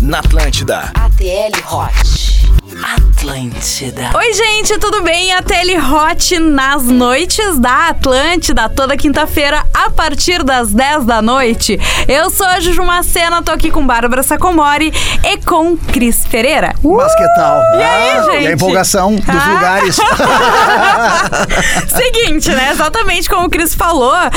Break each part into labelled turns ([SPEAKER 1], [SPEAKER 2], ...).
[SPEAKER 1] na Atlântida.
[SPEAKER 2] ATL Hot. Atlântida.
[SPEAKER 3] Oi, gente, tudo bem? A Tele Hot nas noites da Atlântida, toda quinta-feira, a partir das 10 da noite. Eu sou a Juju Macena, tô aqui com Bárbara Sacomori e com Cris Pereira.
[SPEAKER 4] Mas que tal?
[SPEAKER 3] E aí, gente?
[SPEAKER 4] Ah, E a empolgação dos
[SPEAKER 3] Ah.
[SPEAKER 4] lugares.
[SPEAKER 3] Seguinte, né? Exatamente como o Cris falou, ah,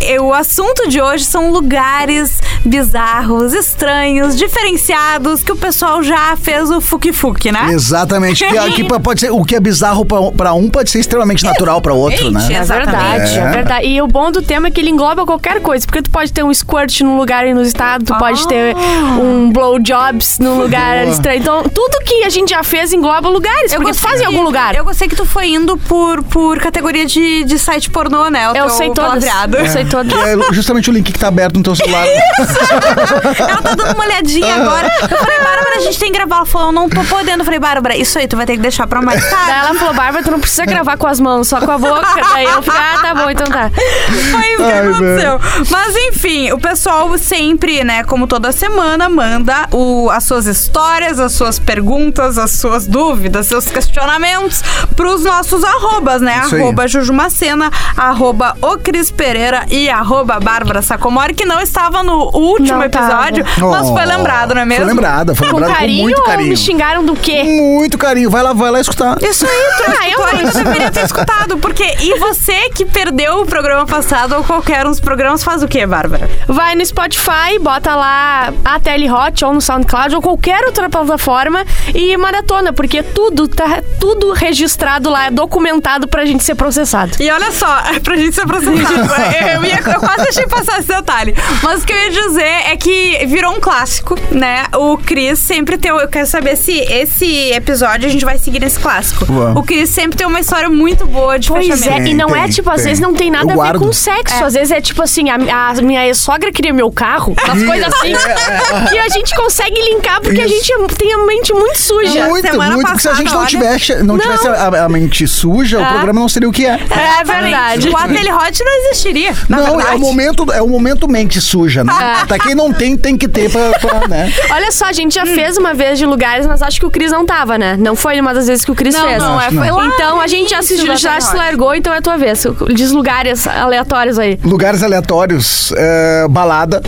[SPEAKER 3] eh, o assunto de hoje são lugares bizarros, estranhos, diferenciados, que o pessoal já fez o fuque-fuque, né?
[SPEAKER 4] Exatamente. Que, que p- pode ser, o que é bizarro pra, um- pra um pode ser extremamente natural pra outro,
[SPEAKER 3] Gente,
[SPEAKER 4] né?
[SPEAKER 5] É
[SPEAKER 3] Exatamente.
[SPEAKER 5] verdade, é.
[SPEAKER 4] É.
[SPEAKER 5] verdade. E o bom do tema é que ele engloba qualquer coisa. Porque tu pode ter um squirt num lugar e no estado, tu pode ter
[SPEAKER 3] Ah!
[SPEAKER 5] um blowjobs num lugar estranho. Então, tudo que a gente já fez engloba lugares. porque tu
[SPEAKER 3] gostei
[SPEAKER 5] faz em
[SPEAKER 3] que-
[SPEAKER 5] algum lugar.
[SPEAKER 3] Eu gostei que tu foi indo por, por categoria de, de site pornô, né? O
[SPEAKER 5] Eu
[SPEAKER 3] teu
[SPEAKER 5] sei todas.
[SPEAKER 3] palavreado.
[SPEAKER 5] Eu sei todas.
[SPEAKER 4] Que é justamente o link que tá aberto no teu celular.
[SPEAKER 3] Ela tá dando uma olhadinha agora. Eu falei, Bárbara, a gente tem que gravar. Ela falou, eu não tô podendo. Eu falei, Bárbara, isso aí tu vai ter que deixar pra mais
[SPEAKER 5] Daí
[SPEAKER 3] tarde.
[SPEAKER 5] ela falou, Bárbara, tu não precisa gravar com as mãos, só com a boca. Daí eu falei, ah, tá bom, então tá.
[SPEAKER 3] Foi isso que
[SPEAKER 4] Ai,
[SPEAKER 3] aconteceu. Mas enfim, o pessoal sempre, né, como toda semana, manda o- as suas histórias, as suas perguntas, as suas dúvidas, seus questionamentos pros nossos arrobas, né?
[SPEAKER 4] Isso aí.
[SPEAKER 3] arroba Jujumacena, arroba o Cris Pereira e arroba Bárbara Sacomori, que não estava no último
[SPEAKER 5] Não tava.
[SPEAKER 3] episódio, mas foi
[SPEAKER 4] Oh,
[SPEAKER 3] lembrado, não é mesmo?
[SPEAKER 4] Foi lembrada, foi
[SPEAKER 5] Com
[SPEAKER 4] lembrada com
[SPEAKER 5] carinho,
[SPEAKER 4] muito
[SPEAKER 5] ou me
[SPEAKER 4] carinho.
[SPEAKER 5] xingaram do quê?
[SPEAKER 4] Muito carinho. Vai lá, vai lá escutar.
[SPEAKER 3] Isso aí, tu
[SPEAKER 5] Ah, eu
[SPEAKER 3] escutou aí, tu deveria ter escutado, porque e você que perdeu o programa passado ou qualquer um dos programas faz o quê, Bárbara?
[SPEAKER 5] Vai no Spotify, bota lá a Tele Hot ou no SoundCloud ou qualquer outra plataforma e maratona, porque tudo tá tudo registrado lá, é documentado pra gente ser processado.
[SPEAKER 3] E olha só, é pra gente ser processado, eu, ia, eu quase achei passar esse detalhe. Mas o que eu ia dizer é que virou um clássico, né? O Cris sempre tem. Eu quero saber se esse episódio a gente vai seguir nesse clássico.
[SPEAKER 4] Uau.
[SPEAKER 3] O Cris sempre tem uma história muito boa de
[SPEAKER 5] Pois é,
[SPEAKER 3] fechamento.
[SPEAKER 5] e não
[SPEAKER 4] Tem,
[SPEAKER 5] é tipo, às
[SPEAKER 4] tem.
[SPEAKER 5] vezes não tem
[SPEAKER 4] Eu
[SPEAKER 5] nada a ver
[SPEAKER 4] guardo.
[SPEAKER 5] com sexo. Às vezes é tipo assim, a, a minha ex-sogra queria meu carro, umas coisas assim. e a gente consegue linkar porque a
[SPEAKER 4] Isso.
[SPEAKER 5] gente é- tem a mente muito suja.
[SPEAKER 4] Muito,
[SPEAKER 3] semana
[SPEAKER 4] muito. Porque se a gente
[SPEAKER 3] passada,
[SPEAKER 4] não
[SPEAKER 3] olha- Ah.
[SPEAKER 4] tivesse, não tivesse a, a mente suja, o programa não seria o que é.
[SPEAKER 3] É verdade. O Ateli Hot não existiria. na
[SPEAKER 4] não, é
[SPEAKER 3] verdade. Ah.
[SPEAKER 4] o momento, é o momento mente suja, né? Pra quem não tem, tem que ter pra, pra, né?
[SPEAKER 5] Olha só, a gente já
[SPEAKER 3] Hum.
[SPEAKER 5] fez uma vez de lugares, mas acho que o Cris não tava, né? Não foi uma das vezes que o Cris
[SPEAKER 3] Não,
[SPEAKER 5] fez.
[SPEAKER 3] não, é,
[SPEAKER 4] Acho
[SPEAKER 3] foi
[SPEAKER 4] não.
[SPEAKER 3] lá.
[SPEAKER 5] Então a
[SPEAKER 3] no
[SPEAKER 5] gente já
[SPEAKER 3] início
[SPEAKER 5] se,
[SPEAKER 3] do
[SPEAKER 5] já
[SPEAKER 3] Ateli Hot.
[SPEAKER 5] se largou, então é tua vez. Diz lugares aleatórios aí.
[SPEAKER 4] Lugares aleatórios, é, balada.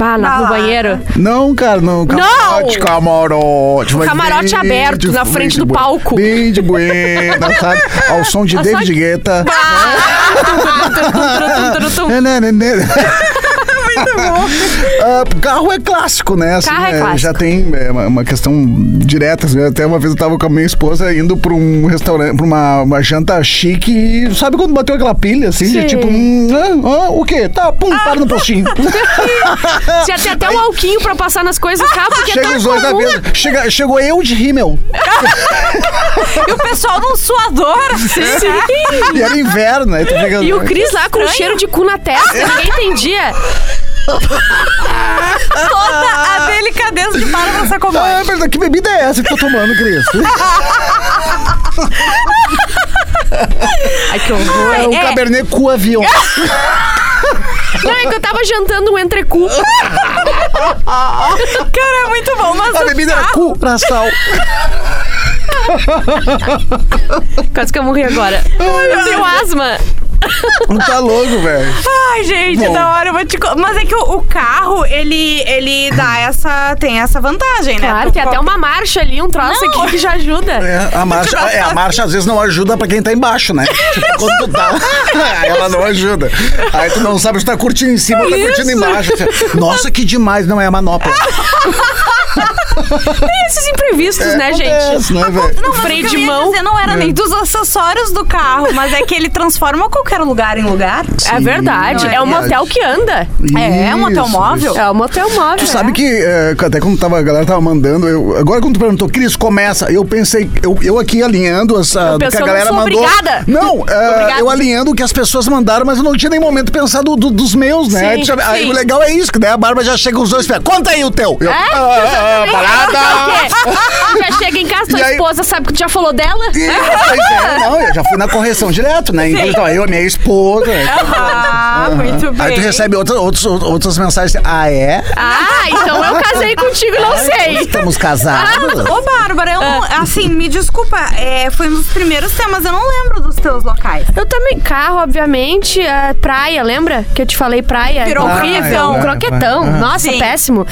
[SPEAKER 5] Ah, na,
[SPEAKER 3] Balada.
[SPEAKER 5] no banheiro.
[SPEAKER 4] Não, cara, não. Camarote, camarote. Mas
[SPEAKER 5] Camarote
[SPEAKER 4] bem
[SPEAKER 5] aberto,
[SPEAKER 4] de-
[SPEAKER 5] na
[SPEAKER 4] bem
[SPEAKER 5] frente
[SPEAKER 4] de
[SPEAKER 5] do
[SPEAKER 4] buena.
[SPEAKER 5] palco.
[SPEAKER 4] Bem de buena, sabe? Ao som de David Guetta. Né, né, né, né. Ah, carro é clássico, né? Assim,
[SPEAKER 5] Carro é
[SPEAKER 4] né,
[SPEAKER 5] clássico.
[SPEAKER 4] Já tem é, uma, uma questão direta. assim, Até uma vez eu tava com a minha esposa indo pra um restaurante, pra uma, uma janta chique. E sabe quando bateu aquela pilha, assim? De
[SPEAKER 5] Sim.
[SPEAKER 4] tipo, hum, ah, ah, o quê? Tá, pum, para no postinho.
[SPEAKER 5] Tinha até- até um alquinho pra passar nas coisas do carro, porque é
[SPEAKER 4] Chega
[SPEAKER 5] tão
[SPEAKER 4] os dois na
[SPEAKER 5] comum.
[SPEAKER 4] mesa. Chega, chegou eu de rímel.
[SPEAKER 3] E o pessoal num suador.
[SPEAKER 5] Sim.
[SPEAKER 4] E era inverno, aí tu fica...
[SPEAKER 5] E o Cris lá com um cheiro de cu na
[SPEAKER 3] É.
[SPEAKER 5] testa, ninguém entendia.
[SPEAKER 3] Toda a delicadeza de Bárbara Sacomori.
[SPEAKER 4] Ah, mas que bebida é essa que tá tomando, Cris?
[SPEAKER 5] É. Ai, que horror.
[SPEAKER 4] É o
[SPEAKER 5] É.
[SPEAKER 4] Cabernet com avião.
[SPEAKER 5] Não, é que eu tava jantando um entrecu.
[SPEAKER 3] Cara, é muito bom, mas
[SPEAKER 4] A bebida era cu pra sal.
[SPEAKER 5] Quase que eu morri agora. Eu tenho
[SPEAKER 3] É,
[SPEAKER 5] asma.
[SPEAKER 4] Não tá louco, velho.
[SPEAKER 3] Ai, gente,
[SPEAKER 4] Bom.
[SPEAKER 3] da hora, eu vou te co- Mas é que o, o carro, ele, ele dá essa. tem essa vantagem, né?
[SPEAKER 5] Claro,
[SPEAKER 3] Tu
[SPEAKER 5] tem até
[SPEAKER 3] co-
[SPEAKER 5] uma marcha ali, um troço aqui que já ajuda.
[SPEAKER 4] É, a marcha,
[SPEAKER 5] tá
[SPEAKER 4] é, a marcha às vezes não ajuda pra quem tá embaixo, né? Tipo, quando tu dá, ela não ajuda. Aí tu não sabe se tá curtindo em cima ou tá curtindo embaixo. Assim, Nossa, que demais, não é a manopla.
[SPEAKER 5] Tem esses imprevistos,
[SPEAKER 3] É,
[SPEAKER 5] né,
[SPEAKER 4] Acontece,
[SPEAKER 5] gente?
[SPEAKER 4] né, velho?
[SPEAKER 3] Não, mas
[SPEAKER 5] freio
[SPEAKER 3] o que eu
[SPEAKER 5] de
[SPEAKER 3] ia
[SPEAKER 5] mão.
[SPEAKER 3] Dizer, não era
[SPEAKER 4] É.
[SPEAKER 3] nem dos acessórios do carro, mas é que ele transforma qualquer lugar em lugar.
[SPEAKER 5] É verdade.
[SPEAKER 4] Sim,
[SPEAKER 5] É um motel que anda.
[SPEAKER 3] É, um hotel
[SPEAKER 4] Isso,
[SPEAKER 3] móvel?
[SPEAKER 4] isso.
[SPEAKER 5] É um motel móvel.
[SPEAKER 4] Tu sabe que eh, até quando tava, a galera tava mandando, eu- agora quando tu perguntou, Cris, começa, eu pensei, eu, eu aqui alinhando essa, do que
[SPEAKER 5] pensei,
[SPEAKER 4] a
[SPEAKER 5] eu não
[SPEAKER 4] galera
[SPEAKER 5] sou
[SPEAKER 4] mandou.
[SPEAKER 5] obrigada.
[SPEAKER 4] Não, eh,
[SPEAKER 5] Obrigada.
[SPEAKER 4] eu alinhando o que as pessoas mandaram, mas eu não tinha nem momento de pensar do- do- dos meus, né?
[SPEAKER 5] Sim,
[SPEAKER 4] Aí,
[SPEAKER 5] sim. É?
[SPEAKER 4] o legal é isso, que daí a Bárbara já chega os dois e fala, conta aí o teu. Eu, ah, ah, ah,
[SPEAKER 5] não
[SPEAKER 4] namorada.
[SPEAKER 5] sei o quê. Já chega em casa,
[SPEAKER 4] E
[SPEAKER 5] tua
[SPEAKER 4] aí-
[SPEAKER 5] esposa sabe que tu já falou dela?
[SPEAKER 4] E, pois é, não, eu já fui na correção direto, né? Então, então, eu, minha esposa.
[SPEAKER 6] Ah, muito bem.
[SPEAKER 4] Aí tu recebe outra, outros, outras mensagens. Ah, é?
[SPEAKER 5] Ah, então eu casei contigo, e não sei. Ah,
[SPEAKER 4] Estamos casados?
[SPEAKER 3] Ô, Bárbara, eu não, assim, me desculpa, é, foi um dos primeiros temas, eu não lembro dos teus locais.
[SPEAKER 5] Eu também, carro, obviamente, é, praia, lembra? Que eu te falei praia?
[SPEAKER 6] Virou
[SPEAKER 5] Ah,
[SPEAKER 6] horrível.
[SPEAKER 5] um croquetão.
[SPEAKER 4] Ah,
[SPEAKER 5] Nossa,
[SPEAKER 3] Sim.
[SPEAKER 5] péssimo.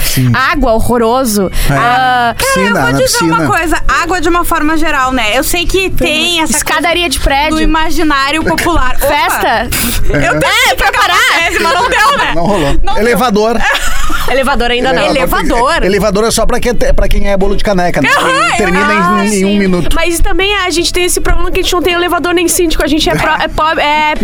[SPEAKER 5] Água, horroroso. Ah,
[SPEAKER 4] Piscina,
[SPEAKER 3] eu vou
[SPEAKER 4] na
[SPEAKER 3] dizer
[SPEAKER 4] piscina.
[SPEAKER 3] uma coisa, água de uma forma geral, né? Eu sei que tem essa
[SPEAKER 5] escadaria
[SPEAKER 3] coisa
[SPEAKER 5] de
[SPEAKER 3] do
[SPEAKER 5] prédio.
[SPEAKER 3] imaginário popular. Opa,
[SPEAKER 5] Festa. É,
[SPEAKER 3] Eu tentei pra parar, mas não deu, né?
[SPEAKER 4] Não rolou. elevador.
[SPEAKER 5] Elevador ainda não.
[SPEAKER 4] porque- Elevador é só pra quem, te- pra quem é bolo de caneca, né? Porque Termina em- em, um minuto.
[SPEAKER 5] Ah, Mas também a gente tem esse problema que a gente não tem elevador nem síndico. A gente é, pro- é pobre- é-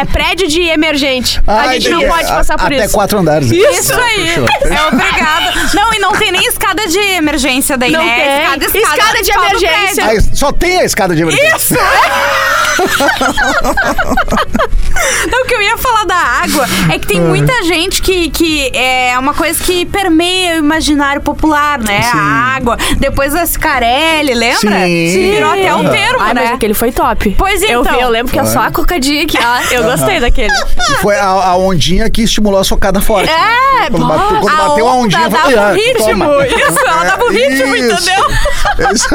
[SPEAKER 5] é prédio de emergente. a
[SPEAKER 4] Ai,
[SPEAKER 5] gente não
[SPEAKER 4] entendi.
[SPEAKER 5] pode passar
[SPEAKER 4] A-
[SPEAKER 5] por
[SPEAKER 4] até
[SPEAKER 5] isso.
[SPEAKER 4] quatro andares.
[SPEAKER 6] Isso aí.
[SPEAKER 4] Fechou.
[SPEAKER 6] É
[SPEAKER 3] Obrigada. Não, e não tem nem escada de emergência daí,
[SPEAKER 5] Não
[SPEAKER 3] né?
[SPEAKER 5] tem.
[SPEAKER 3] Escada, escada,
[SPEAKER 5] Escada de
[SPEAKER 3] pau do
[SPEAKER 5] emergência.
[SPEAKER 4] Ah, isso- só tem a escada de emergência.
[SPEAKER 3] Isso! Não, o que eu ia falar da água é que tem muita gente que, que é uma coisa que permeia o imaginário popular, né?
[SPEAKER 4] Sim.
[SPEAKER 3] A água. Depois a Scarelli, lembra?
[SPEAKER 4] Sim. Sim.
[SPEAKER 3] Virou até um termo,
[SPEAKER 5] Ai, Ah, mas
[SPEAKER 3] né?
[SPEAKER 5] aquele foi top.
[SPEAKER 3] Pois
[SPEAKER 5] Eu,
[SPEAKER 3] então.
[SPEAKER 5] vi, eu lembro que é só a cocadinha aqui. ó. Eu gostei daquele.
[SPEAKER 4] Foi a, a ondinha que estimulou a socada forte.
[SPEAKER 5] É,
[SPEAKER 4] Quando bateu, quando bateu a
[SPEAKER 3] onda
[SPEAKER 4] ondinha,
[SPEAKER 3] dava
[SPEAKER 4] "Ai,
[SPEAKER 3] o ritmo",
[SPEAKER 4] toma." É,
[SPEAKER 3] isso, ela dava o ritmo, entendeu?
[SPEAKER 4] Isso.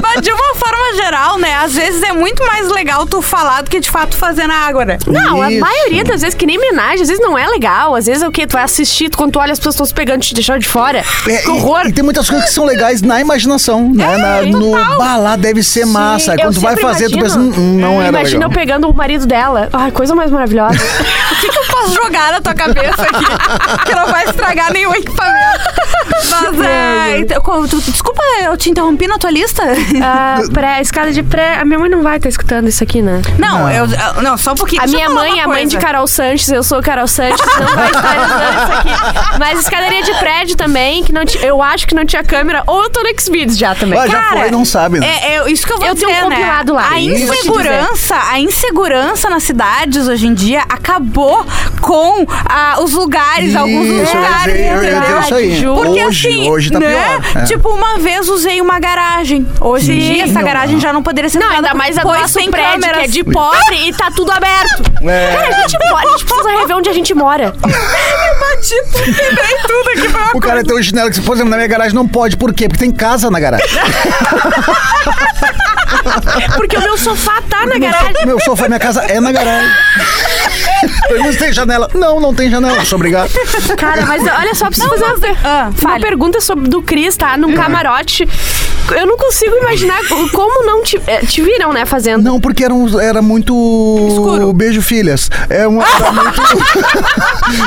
[SPEAKER 3] Mas de uma forma geral, né? Às vezes é muito mais legal tu falar do que de fato fazer na água, né?
[SPEAKER 5] Não, é a
[SPEAKER 4] Isso.
[SPEAKER 5] maioria das vezes, que nem homenagem, às vezes não é legal. Às vezes é o quê? Tu vai assistir, tu- quando tu olha, as pessoas estão se pegando, te deixando de fora.
[SPEAKER 4] É,
[SPEAKER 5] que
[SPEAKER 4] e-
[SPEAKER 5] horror.
[SPEAKER 4] E, tem muitas coisas que são legais na imaginação, né? Na- no balá deve ser massa. Aí
[SPEAKER 5] Eu
[SPEAKER 4] Quando tu vai
[SPEAKER 5] sempre
[SPEAKER 4] fazer, tu pensa,
[SPEAKER 5] imagino- É,
[SPEAKER 4] "Hum, hum, não era
[SPEAKER 5] Imagina
[SPEAKER 4] legal.
[SPEAKER 5] eu pegando o marido dela. Ai, coisa mais maravilhosa.
[SPEAKER 3] O que, que eu posso jogar na tua cabeça aqui? Que não vai estragar nenhum equipamento. Mas é. então, co- tu- Desculpa, eu te interrompi na tua lista?
[SPEAKER 5] Ah, pré, escada de pré. A minha mãe não vai estar escutando isso aqui, né?
[SPEAKER 3] Não, eu. eu- Não, só um pouquinho.
[SPEAKER 5] A
[SPEAKER 3] Deixa eu
[SPEAKER 5] minha
[SPEAKER 3] falar
[SPEAKER 5] mãe, é
[SPEAKER 3] uma
[SPEAKER 5] a mãe de
[SPEAKER 3] coisa.
[SPEAKER 5] Carol Sanches, eu sou Carol Sanches, não vai estar escutando isso aqui. Mas escadaria de prédio também, que não ti- eu acho que não tinha câmera, ou eu tô no Xvideos já também.
[SPEAKER 4] Ah, já
[SPEAKER 3] Cara,
[SPEAKER 4] foi, não sabe, né?
[SPEAKER 3] É, é isso que eu vou
[SPEAKER 5] Eu
[SPEAKER 3] dizer,
[SPEAKER 5] tenho um
[SPEAKER 3] né?
[SPEAKER 5] compilado lá.
[SPEAKER 3] A
[SPEAKER 5] Isso. Vou te
[SPEAKER 3] insegurança, a insegurança nas cidades hoje em dia acabou com ah, os lugares, alguns
[SPEAKER 4] Isso, eu ia
[SPEAKER 3] lugares.
[SPEAKER 4] dizer- eu ia dizer
[SPEAKER 3] entendeu?
[SPEAKER 4] isso aí.
[SPEAKER 3] Ju. Porque
[SPEAKER 4] Hoje-
[SPEAKER 3] assim,
[SPEAKER 4] hoje tá
[SPEAKER 3] né?
[SPEAKER 4] pior, é.
[SPEAKER 3] Tipo, uma vez usei uma garagem. Hoje em dia, essa
[SPEAKER 4] Não,
[SPEAKER 3] garagem já não poderia ser
[SPEAKER 5] Não,
[SPEAKER 3] usada,
[SPEAKER 5] ainda mais a
[SPEAKER 3] pois
[SPEAKER 5] nosso
[SPEAKER 3] tem
[SPEAKER 5] prédio,
[SPEAKER 3] câmeras.
[SPEAKER 5] que é de pobre e tá tudo aberto.
[SPEAKER 4] É.
[SPEAKER 5] Cara, a gente, mora, a gente precisa rever onde a gente mora.
[SPEAKER 3] Quebrei tudo aqui pra
[SPEAKER 4] O cara tem um chinelo que, por exemplo, na minha garagem não pode. Por quê? Porque tem casa na garagem.
[SPEAKER 5] Porque o meu sofá tá na garagem.
[SPEAKER 4] Meu sofá, minha casa é na garagem. Pergunta se tem janela. Não, não tem janela. Sou obrigado.
[SPEAKER 5] Cara, mas olha só, preciso fazer uma, per-
[SPEAKER 3] Ah,
[SPEAKER 5] uma
[SPEAKER 3] fale.
[SPEAKER 5] pergunta sobre do Cris, tá? Num camarote. Eu não consigo imaginar co- como não te, eh, te viram, né, fazendo.
[SPEAKER 4] Não, porque era, um- era muito.
[SPEAKER 3] Escuro.
[SPEAKER 4] Beijo, filhas. É um. Era muito.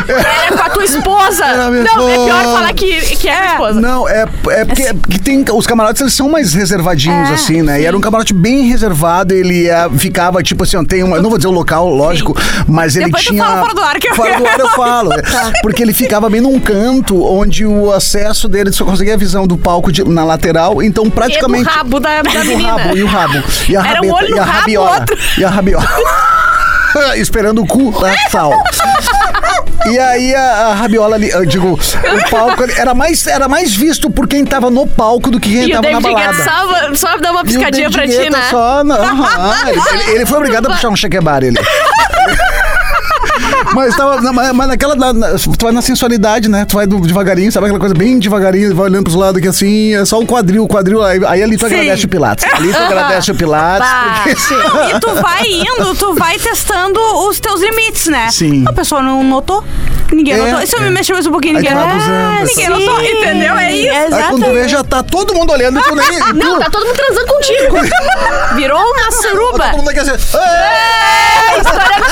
[SPEAKER 5] Era com a tua esposa.
[SPEAKER 4] Era a minha
[SPEAKER 5] não, é
[SPEAKER 4] esposa.
[SPEAKER 5] pior falar que, que é, a minha esposa.
[SPEAKER 4] Não, é, é porque,
[SPEAKER 3] Assim.
[SPEAKER 4] é porque tem, os camarotes eles são mais
[SPEAKER 3] É,
[SPEAKER 4] reservadinhos, assim, né? E era um camarote bem reservado, ele é, ficava, tipo assim, ó, tem uma. eu Não vou dizer o local, lógico, mas ele
[SPEAKER 3] Depois tu
[SPEAKER 4] tinha.
[SPEAKER 3] fala fora do ar que eu- Tá.
[SPEAKER 4] Fora do ar eu falo. é. Porque ele ficava bem num canto onde o acesso dele só conseguia a visão do palco de- na lateral, então
[SPEAKER 5] E É do
[SPEAKER 4] praticamente.
[SPEAKER 5] rabo da, da
[SPEAKER 4] E o
[SPEAKER 5] menina.
[SPEAKER 4] rabo, e o rabo. E a
[SPEAKER 5] Era um
[SPEAKER 4] rabeta,
[SPEAKER 5] olho no
[SPEAKER 4] e a
[SPEAKER 5] rabo,
[SPEAKER 4] rabiola.
[SPEAKER 5] outro-
[SPEAKER 4] E a rabiola. Esperando o cu da sal. E aí a, a rabiola ali, eu digo, o palco ali, era mais, era mais visto por quem tava no palco do que quem
[SPEAKER 5] E o
[SPEAKER 4] tava na
[SPEAKER 5] David Guetta
[SPEAKER 4] balada.
[SPEAKER 5] só, só dá uma
[SPEAKER 4] E o
[SPEAKER 5] piscadinha pra ti,
[SPEAKER 4] Dedigueta
[SPEAKER 5] né?
[SPEAKER 4] Só, não, aham, ele, ele foi obrigado a puxar um chequebar, ele. Mas, tava, na- mas mas naquela. na- na- tu vai na sensualidade, né? Tu vai do- devagarinho, sabe aquela coisa bem devagarinho, vai olhando pros lados aqui assim, é só o quadril, o quadril. Aí, aí ali tu
[SPEAKER 3] Sim.
[SPEAKER 4] agradece o Pilates. Ali tu agradece o Pilates.
[SPEAKER 5] Bah,
[SPEAKER 4] porque-
[SPEAKER 3] E tu vai indo, tu vai testando os teus limites, né?
[SPEAKER 4] Sim.
[SPEAKER 3] A pessoa não notou. Ninguém
[SPEAKER 4] É,
[SPEAKER 3] notou. E se eu
[SPEAKER 4] é.
[SPEAKER 3] me mexer mais um pouquinho,
[SPEAKER 4] Aí
[SPEAKER 3] ninguém
[SPEAKER 4] tu vai
[SPEAKER 3] notou.
[SPEAKER 4] abusando, assim.
[SPEAKER 3] Ah, Ninguém notou,
[SPEAKER 5] Sim,
[SPEAKER 3] entendeu? É isso.
[SPEAKER 4] Aí quando tu vê, já tá todo mundo olhando e tu nem. tu-
[SPEAKER 5] Não, tá todo mundo transando contigo. Virou uma suruba.
[SPEAKER 4] Todo mundo aqui assim. "Ê,
[SPEAKER 5] Estourando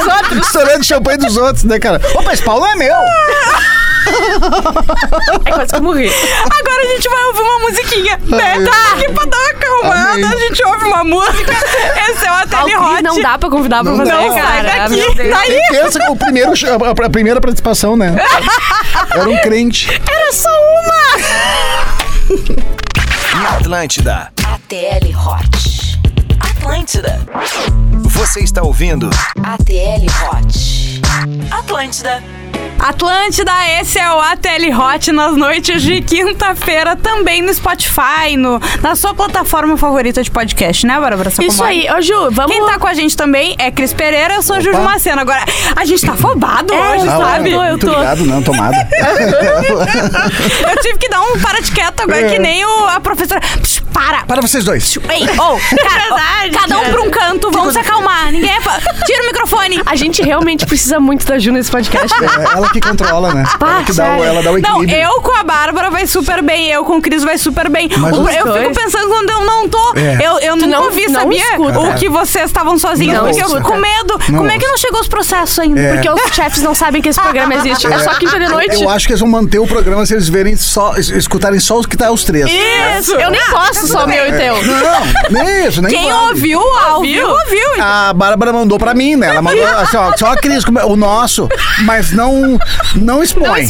[SPEAKER 5] dos outros.
[SPEAKER 4] Estourando champanhe dos outros, né, cara? Opa, esse pau não é meu!
[SPEAKER 5] É quase que eu morri.
[SPEAKER 4] tá
[SPEAKER 3] Agora a gente vai ouvir uma musiquinha, né?
[SPEAKER 4] Ai,
[SPEAKER 3] Tá. Aqui pra dar uma acalmada,
[SPEAKER 4] Amei.
[SPEAKER 3] a gente ouve uma música. Esse é o
[SPEAKER 5] Ah, o
[SPEAKER 3] Ateli
[SPEAKER 5] Cris
[SPEAKER 3] Hot.
[SPEAKER 5] não dá pra convidar pra
[SPEAKER 4] Não
[SPEAKER 5] fazer,
[SPEAKER 4] dá.
[SPEAKER 3] Não sai
[SPEAKER 5] cara.
[SPEAKER 3] daqui.
[SPEAKER 5] Meu Deus.
[SPEAKER 3] Daí
[SPEAKER 4] Quem pensa que o primeiro, a, a primeira participação, né? Era um crente.
[SPEAKER 3] É,
[SPEAKER 5] Era só uma.
[SPEAKER 7] Na Atlântida,
[SPEAKER 2] ATL Hot. Atlântida.
[SPEAKER 7] você está ouvindo
[SPEAKER 2] ATL Hot. Atlântida.
[SPEAKER 3] Atlântida, esse é o ATL Hot nas noites de quinta-feira, também no Spotify, no, na sua plataforma favorita de podcast, né, Bárbara Sacomori?
[SPEAKER 5] Isso aí, ô Ju, vamos.
[SPEAKER 3] Quem tá com a gente também é Cris Pereira, eu sou a Juju Macena. Agora, a gente tá afobado
[SPEAKER 5] É,
[SPEAKER 3] hoje,
[SPEAKER 4] Ah,
[SPEAKER 3] sabe?
[SPEAKER 4] olha, muito obrigado, não, tomada.
[SPEAKER 3] Eu tive que dar um para de quieto
[SPEAKER 4] É.
[SPEAKER 3] agora, que nem o- a professora. Psh, para!
[SPEAKER 4] Para vocês dois.
[SPEAKER 3] Ei, ô,
[SPEAKER 5] É
[SPEAKER 3] cara, ó, cada um pra um canto, vamos se acalmar. Ninguém é. fa- Tira o microfone.
[SPEAKER 5] A gente realmente precisa muito da Ju nesse podcast. né?
[SPEAKER 4] É, ela que controla, né? Ela que dá o, ela dá o
[SPEAKER 3] Não,
[SPEAKER 4] equilíbrio.
[SPEAKER 3] eu com a Bárbara vai super bem, eu com o Cris vai super bem.
[SPEAKER 4] Mas
[SPEAKER 3] O-
[SPEAKER 4] os
[SPEAKER 3] eu
[SPEAKER 5] dois.
[SPEAKER 3] fico pensando quando eu não tô.
[SPEAKER 4] É.
[SPEAKER 3] Eu, eu
[SPEAKER 5] Tu
[SPEAKER 3] nunca
[SPEAKER 5] não-
[SPEAKER 3] ouvi,
[SPEAKER 5] não
[SPEAKER 3] sabia?
[SPEAKER 5] escuta.
[SPEAKER 3] O que vocês estavam sozinhos,
[SPEAKER 4] Não
[SPEAKER 3] porque eu
[SPEAKER 4] escuta.
[SPEAKER 3] fico com medo.
[SPEAKER 4] Não
[SPEAKER 3] Como é que não chegou os processos ainda?
[SPEAKER 4] É.
[SPEAKER 5] Porque os chefes não sabem que esse programa existe. É, só quinta de noite.
[SPEAKER 4] Eu acho que eles vão manter o programa se eles verem só, es- escutarem só os que tá os três.
[SPEAKER 5] Isso! Eu nem posso só o
[SPEAKER 4] É.
[SPEAKER 5] meu então. e teu.
[SPEAKER 4] Não, nem isso, nem
[SPEAKER 3] Quem
[SPEAKER 4] vale.
[SPEAKER 3] ouviu, ouviu, ouviu.
[SPEAKER 4] A Bárbara mandou pra mim, né? Ela mandou assim, ó, só a Cris, como é- o nosso, mas não, não expõe.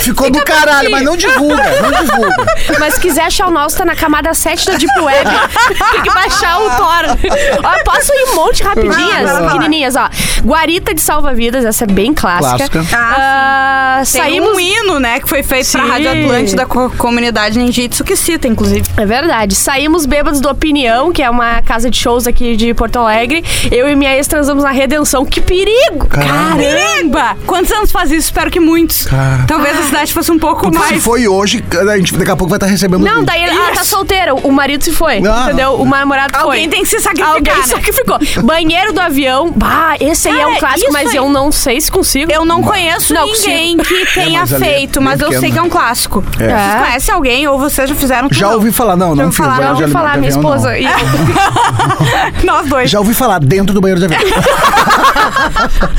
[SPEAKER 4] Ficou do caralho, mas não divulga, não divulga.
[SPEAKER 5] Mas se quiser achar o nosso, tá na camada 7 da Deep Web. Tem que baixar o Thor. Ó, posso ir um monte rapidinhas,
[SPEAKER 4] Vai lá, vai lá.
[SPEAKER 5] pequenininhas, ó. Guarita de salva-vidas, essa é bem clássica.
[SPEAKER 4] Clássica.
[SPEAKER 5] Ah,
[SPEAKER 3] Tem
[SPEAKER 5] saímos...
[SPEAKER 3] um hino, né, que foi feito pra
[SPEAKER 5] Sim.
[SPEAKER 3] Rádio Atlântida, co comunidade ninjitsu, que cita, inclusive.
[SPEAKER 5] É verdade. Saímos bêbados do Opinião, que é uma casa de shows aqui de Porto Alegre. Eu e minha ex transamos na Redenção. Que perigo!
[SPEAKER 4] Caralho.
[SPEAKER 3] Caramba! Quantos anos faz isso? Espero que muitos.
[SPEAKER 4] Cara. Então,
[SPEAKER 3] Talvez a cidade fosse um pouco
[SPEAKER 4] Se
[SPEAKER 3] mais...
[SPEAKER 4] foi hoje, a gente daqui a pouco vai estar recebendo. um
[SPEAKER 5] Não, daí ela
[SPEAKER 3] Isso.
[SPEAKER 5] tá solteira. O marido se foi,
[SPEAKER 4] Ah.
[SPEAKER 5] entendeu? O namorado foi.
[SPEAKER 3] Alguém tem que se sacrificar,
[SPEAKER 5] Alguém
[SPEAKER 3] né?
[SPEAKER 5] sacrificou. Banheiro do avião. Bah, esse aí é um
[SPEAKER 3] Cara,
[SPEAKER 5] clássico,
[SPEAKER 3] isso
[SPEAKER 5] mas
[SPEAKER 3] aí-
[SPEAKER 5] eu não sei se consigo.
[SPEAKER 3] Eu não conheço
[SPEAKER 5] Não,
[SPEAKER 3] ninguém que tenha
[SPEAKER 4] mas ali é
[SPEAKER 3] feito,
[SPEAKER 4] bem
[SPEAKER 3] mas eu
[SPEAKER 4] pequeno,
[SPEAKER 3] sei que é um clássico. Vocês conhecem alguém ou vocês já fizeram tudo?
[SPEAKER 4] Já ouvi falar, não,
[SPEAKER 3] Já
[SPEAKER 4] não
[SPEAKER 3] ouvi
[SPEAKER 4] fiz.
[SPEAKER 3] falar,
[SPEAKER 4] banheiro
[SPEAKER 5] Não
[SPEAKER 4] de avião,
[SPEAKER 5] vou falar, minha
[SPEAKER 4] não.
[SPEAKER 5] esposa. e eu-
[SPEAKER 3] Nós dois.
[SPEAKER 4] Já ouvi falar dentro do banheiro de avião.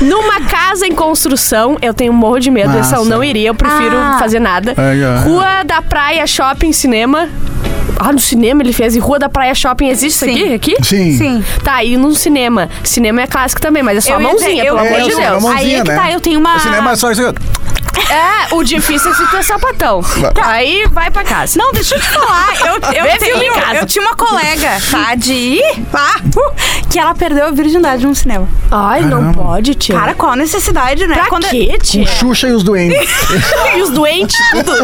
[SPEAKER 5] Numa casa em construção, eu tenho um morro de medo. Essa eu
[SPEAKER 4] Massa.
[SPEAKER 5] não iria, eu prefiro
[SPEAKER 3] Ah.
[SPEAKER 5] fazer nada.
[SPEAKER 4] É, é.
[SPEAKER 5] Rua da Praia Shopping Cinema. Ah, no cinema ele fez. E Rua da Praia Shopping existe
[SPEAKER 3] Sim.
[SPEAKER 5] isso aqui? aqui?
[SPEAKER 4] Sim.
[SPEAKER 3] Sim.
[SPEAKER 5] Tá, e no cinema. Cinema é clássico também, mas é só
[SPEAKER 3] Eu ia
[SPEAKER 5] mãozinha,
[SPEAKER 3] dizer,
[SPEAKER 5] pelo
[SPEAKER 3] eu-
[SPEAKER 5] amor
[SPEAKER 4] É,
[SPEAKER 5] de
[SPEAKER 4] eu sou
[SPEAKER 5] Deus.
[SPEAKER 4] uma mãozinha,
[SPEAKER 3] Aí é que
[SPEAKER 4] né?
[SPEAKER 3] tá, eu tenho uma-
[SPEAKER 4] O cinema é só isso aqui. ó.
[SPEAKER 5] É, o difícil é se tu é sapatão. Aí vai pra casa.
[SPEAKER 3] Não, deixa eu te falar. Eu, eu,
[SPEAKER 5] Vê
[SPEAKER 3] tenho,
[SPEAKER 5] filme em casa.
[SPEAKER 3] eu tinha uma colega, tá? De ir lá, uh, que ela perdeu a virgindade num cinema.
[SPEAKER 5] Ai, não pode, tia.
[SPEAKER 3] Cara, qual a necessidade, né?
[SPEAKER 5] pra
[SPEAKER 3] Quando-
[SPEAKER 5] quê, tia?
[SPEAKER 4] O Xuxa e os doentes.
[SPEAKER 5] E os doentes, tudo.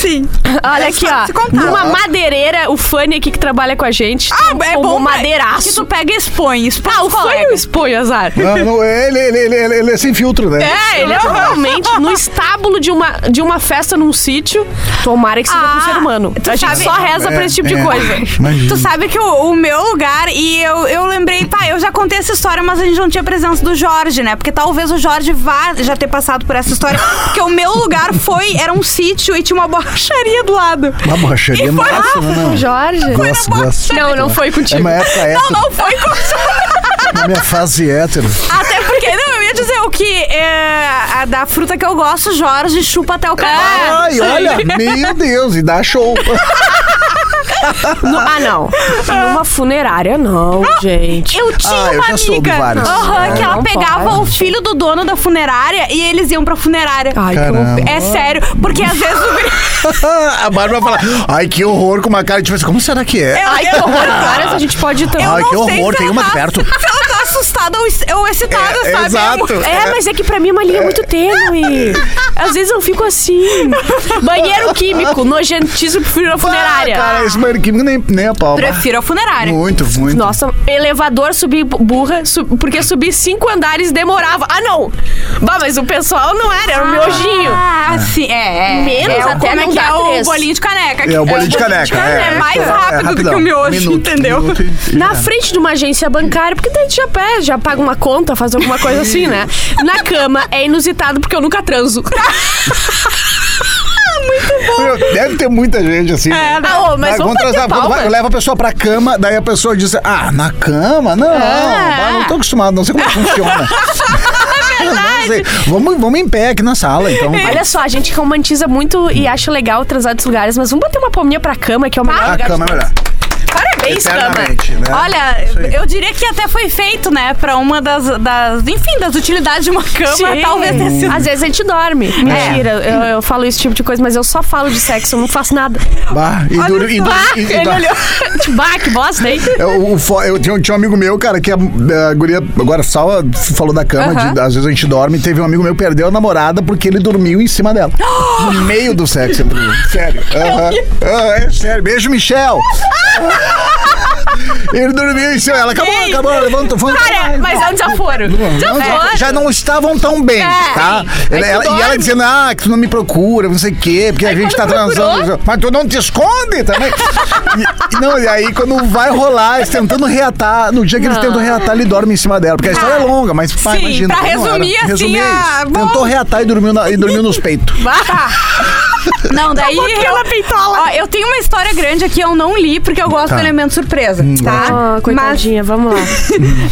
[SPEAKER 3] Sim.
[SPEAKER 5] Olha aqui,
[SPEAKER 3] fácil
[SPEAKER 5] ó.
[SPEAKER 3] de contar.
[SPEAKER 5] Uma madeireira, o Fanny aqui que trabalha com a gente.
[SPEAKER 3] Ah, é bom.
[SPEAKER 5] tomou
[SPEAKER 3] né? Que
[SPEAKER 5] madeiraço.
[SPEAKER 3] tu pega e expõe. expõe
[SPEAKER 5] Ah, o
[SPEAKER 3] os colegas.
[SPEAKER 5] Fanny o expõe, azar.
[SPEAKER 4] Não, não, ele, ele, ele, ele- ele é sem filtro, né?
[SPEAKER 5] É, ele é realmente no estábulo de uma, de uma festa num sítio. Tomara que seja
[SPEAKER 3] Ah,
[SPEAKER 5] um ser humano.
[SPEAKER 3] tu
[SPEAKER 5] A gente
[SPEAKER 3] sabe-
[SPEAKER 5] só reza pra
[SPEAKER 4] É,
[SPEAKER 5] esse tipo de
[SPEAKER 4] é.
[SPEAKER 5] coisa.
[SPEAKER 4] Imagina.
[SPEAKER 3] Tu sabe que o, o meu lugar, e eu, eu lembrei, tá, eu já contei essa história, mas a gente não tinha presença do Jorge, né? Porque talvez o Jorge vá já ter passado por essa história. Porque o meu lugar foi, era um sítio e tinha uma borracharia do lado.
[SPEAKER 4] Uma borracharia
[SPEAKER 3] E foi
[SPEAKER 4] massa, né? Não.
[SPEAKER 5] Jorge?
[SPEAKER 4] Gosto, gosto.
[SPEAKER 5] Não, não foi
[SPEAKER 4] É
[SPEAKER 5] contigo.
[SPEAKER 4] uma época hétero,
[SPEAKER 3] Não foi com
[SPEAKER 4] na minha fase hétero.
[SPEAKER 3] Até porque, não, eu ia dizer o que é, a da fruta que eu gosto, Jorge chupa até o
[SPEAKER 5] É,
[SPEAKER 3] canal.
[SPEAKER 4] Ai, olha, meu Deus, e dá show.
[SPEAKER 5] No- ah, não. Numa funerária, não, gente.
[SPEAKER 3] Eu tinha
[SPEAKER 4] Ah, eu
[SPEAKER 3] uma
[SPEAKER 4] já soube
[SPEAKER 3] amiga
[SPEAKER 4] vários.
[SPEAKER 3] aham,
[SPEAKER 4] É.
[SPEAKER 3] que ela
[SPEAKER 5] Não
[SPEAKER 3] pegava
[SPEAKER 5] pode.
[SPEAKER 3] o filho do dono da funerária e eles iam pra funerária.
[SPEAKER 5] Ai, que
[SPEAKER 4] Caramba.
[SPEAKER 5] loucura.
[SPEAKER 3] É sério, porque às vezes o guri-
[SPEAKER 4] a Bárbara fala, ai, que horror, com uma cara tipo assim, como será que é?
[SPEAKER 5] Ai, que horror. Várias a gente pode ir
[SPEAKER 4] Ai,
[SPEAKER 5] também.
[SPEAKER 4] que
[SPEAKER 3] não sei
[SPEAKER 4] horror,
[SPEAKER 3] se
[SPEAKER 4] tem
[SPEAKER 3] ela
[SPEAKER 4] uma
[SPEAKER 3] tá-
[SPEAKER 4] de perto.
[SPEAKER 3] Se ela tá assustada ou, ex- ou excitada,
[SPEAKER 4] É,
[SPEAKER 3] sabe?
[SPEAKER 4] exato.
[SPEAKER 5] É, mas é que pra mim é uma linha muito tênue. Às vezes eu fico assim. Banheiro químico, nojentíssimo, prefiro na funerária.
[SPEAKER 4] Ah, cara, esse banheiro químico nem, nem a pau.
[SPEAKER 3] Prefiro a funerária.
[SPEAKER 4] Muito, muito.
[SPEAKER 5] Nossa, elevador subir burra, su- porque subir cinco andares demorava. Ah, não! Bah, mas o pessoal não era, era um miojinho.
[SPEAKER 3] Ah, sim, é. é.
[SPEAKER 5] Menos
[SPEAKER 3] é, o-
[SPEAKER 5] até
[SPEAKER 3] como é
[SPEAKER 5] não
[SPEAKER 3] que
[SPEAKER 5] dá
[SPEAKER 3] é o
[SPEAKER 5] três.
[SPEAKER 3] bolinho de caneca.
[SPEAKER 4] É o bolinho de caneca.
[SPEAKER 3] É, mais rápido do que o
[SPEAKER 4] Um
[SPEAKER 3] miojo, entendeu?
[SPEAKER 4] É.
[SPEAKER 5] Na frente de uma agência bancária, porque daí tu já pede, já paga uma conta, faz alguma coisa assim, né? Na cama é inusitado porque eu nunca transo.
[SPEAKER 4] frente. Deve ter muita gente assim. né?
[SPEAKER 3] É,
[SPEAKER 5] Ah, ô, mas vamos
[SPEAKER 4] vamos
[SPEAKER 5] bater
[SPEAKER 4] transar,
[SPEAKER 5] palma.
[SPEAKER 4] vai- leva a pessoa pra cama, daí a pessoa diz: Ah, na cama? Não,
[SPEAKER 3] É.
[SPEAKER 4] bah, não tô acostumado, não sei como é funciona. Não sei. Vamos, vamos em pé aqui na sala, então.
[SPEAKER 3] é
[SPEAKER 5] Olha só, a gente romantiza muito e acha legal transar dos lugares, mas vamos bater uma palminha pra cama, que é o melhor
[SPEAKER 4] a
[SPEAKER 5] lugar.
[SPEAKER 4] cama é melhor.
[SPEAKER 5] Parabéns, Seis camas.
[SPEAKER 4] Eternamente, né?
[SPEAKER 3] Olha,
[SPEAKER 4] Isso aí.
[SPEAKER 3] eu diria que até foi feito, né, pra uma das, das enfim, das utilidades de uma cama,
[SPEAKER 5] Sim.
[SPEAKER 3] talvez tenha sido.
[SPEAKER 5] Às vezes a gente dorme. Mentira, eu, eu falo esse tipo de coisa, mas eu só falo de sexo, eu não faço nada.
[SPEAKER 4] Bah, e duro, e duro, e- e dá-
[SPEAKER 5] Tipo, bah, que bosta, hein?
[SPEAKER 4] Eu, É, o fo- eu tinha, tinha um amigo meu, cara, que a, a guria, agora Sala falou da cama, de- às vezes a gente dorme. Teve um amigo meu que perdeu a namorada porque ele dormiu em cima dela. no meio do sexo. ele dormiu. Sério. Aham. Ah, é sério. Beijo, Michel. ele dormiu em cima dela. Acabou, acabou. Levanta, vamos.
[SPEAKER 5] Cara, mas é um desaforo.
[SPEAKER 4] já,
[SPEAKER 5] Desaforo.
[SPEAKER 4] É. já não estavam tão bem,
[SPEAKER 3] É.
[SPEAKER 4] tá? Ela- ela- e ela dizendo, ah, que tu não me procura, não sei o quê, porque a gente tá transando. Mas tu não te esconde também. E- e não, e aí quando vai rolar, eles tentando reatar, no dia que eles tentam reatar, ele dorme em cima dela. Porque a história é longa, mas pá,
[SPEAKER 3] Ah. Sim,
[SPEAKER 4] imagina.
[SPEAKER 3] pra
[SPEAKER 4] como era.
[SPEAKER 3] resumir, assim,
[SPEAKER 4] Resumir
[SPEAKER 3] ah,
[SPEAKER 4] isso.
[SPEAKER 3] bom.
[SPEAKER 4] Tentou reatar e dormiu, na- e dormiu nos peitos.
[SPEAKER 5] Ah.
[SPEAKER 3] Não, daí. eu, Ó, eu tenho uma história grande aqui, eu não li, porque eu gosto
[SPEAKER 4] Tá.
[SPEAKER 3] do elemento surpresa, tá?
[SPEAKER 5] Ah, coitadinha, vamos lá.